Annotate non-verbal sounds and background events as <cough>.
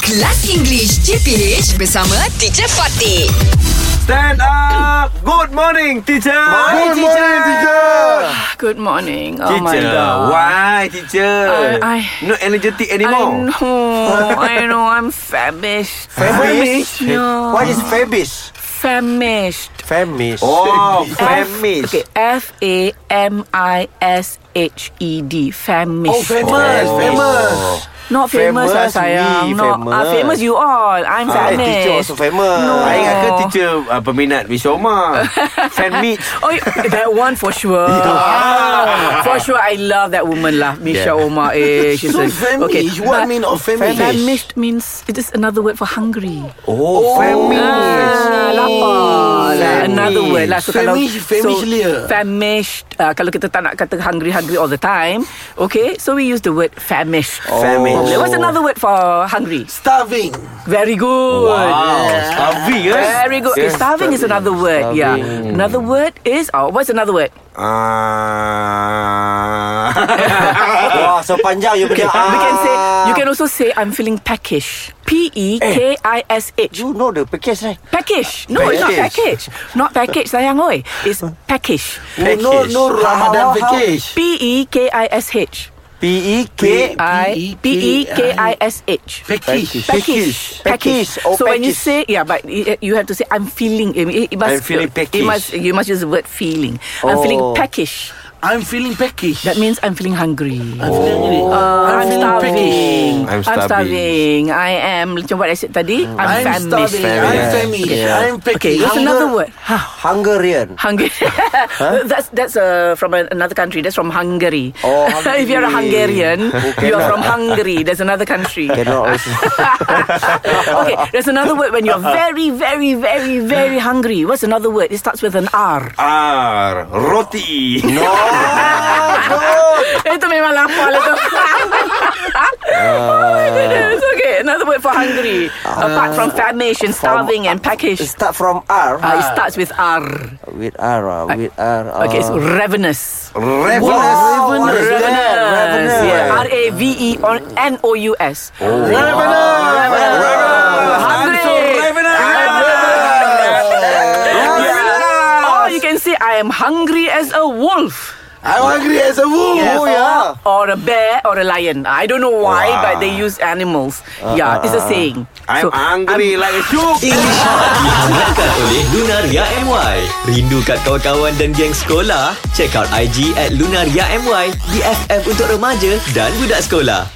Kelas English CPH bersama Teacher Fatih. Stand up. Good morning, teacher. Good morning, teacher. Good morning. Oh my Teacher, god. why, teacher? I- I- Not energetic I anymore. know. I know. I'm famished. Famished? No. What is famished? Famished. Famished. Oh, <laughs> F- famished. Okay. F A M I S H E D. Famished. Oh, famous, famous. Not famous, lah famous, we sayang. Not famous. ah, famous you all. I'm Ah, famished. teacher also famous. No. Saya ingatkan teacher uh, peminat <laughs> Misoma. Fan meet. Oh, y- that one for <laughs> sure. Ah, for sure, I love that woman lah, Misha Omar. Eh, she's So a- famished. Okay, What but mean of famished? Famished means it is another word for hungry. Oh, fan meet. Ah, lapar lah. Famished. Another word lah So kalau Famished, famished dia. so, Famished uh, Kalau kita tak nak kata Hungry-hungry all the time Okay So we use the word famished Oh. Famished. What's another word for hungry? Starving. Very good Wow, starving kan? Very good okay, Starving is another word Yeah Another word is oh, What's another word? Ah. <laughs> Wah, so panjang you punya. We can say ah. You can also say I'm feeling peckish E P-E-K-I-S-H You know the package, right? Package No it's not package Not package sayang oi It's packish You know, no Ramadan package. E P-E-K-I-S-H E P-E-K. I P E K I S H. Package. Package. Package. Oh, so when you package. say yeah, but y- you have to say I'm feeling. It, it I'm must, feeling It peckish. must, you must use the word feeling. I'm Oh. feeling peckish. I'm feeling peckish. That means I'm feling hungry. Oh. I'm feeling hungry. I'm starving. I'm I'm starving. starving. I am. Macam what I said tadi. I'm, I'm famished. starving. I'm famished. Yeah. I'm Okay, peckish. what's another word? <laughs> Hungarian. <laughs> Hungary. That's that's uh, from an- another country. That's from Hungary. Oh, <laughs> if you're a Hungarian, you are from Hungary. There's another country. Cannot also. <laughs> okay, there's another word when you're very, very, very, very hungry. What's another word? It starts with an R. R. Ah, Roti. No. <laughs> Itu memang lapar lah tu. <laughs> Oh my goodness. Okay, another word for hungry. Apart Uh, from famished and starving and package. Start from R. Uh, it starts with R. With R. ah, With R. ah. Okay, it's ravenous. Ravenous. Wow, what is that? Ravenous. Yeah. R A V E or N O U S. I'm Hungry. so ravenous. Or you can say I am hungry as a wolf. I'm hungry as a wolf. Oh, yeah. or a bear or a lion. I don't know why, but they use animals. yeah, it's a saying. I'm So, hungry like a shook. Dihantarkan oleh Lunaria MY Rindu kat kawan-kawan dan geng sekolah? Check out IG at Lunaria MY BFF untuk remaja dan budak sekolah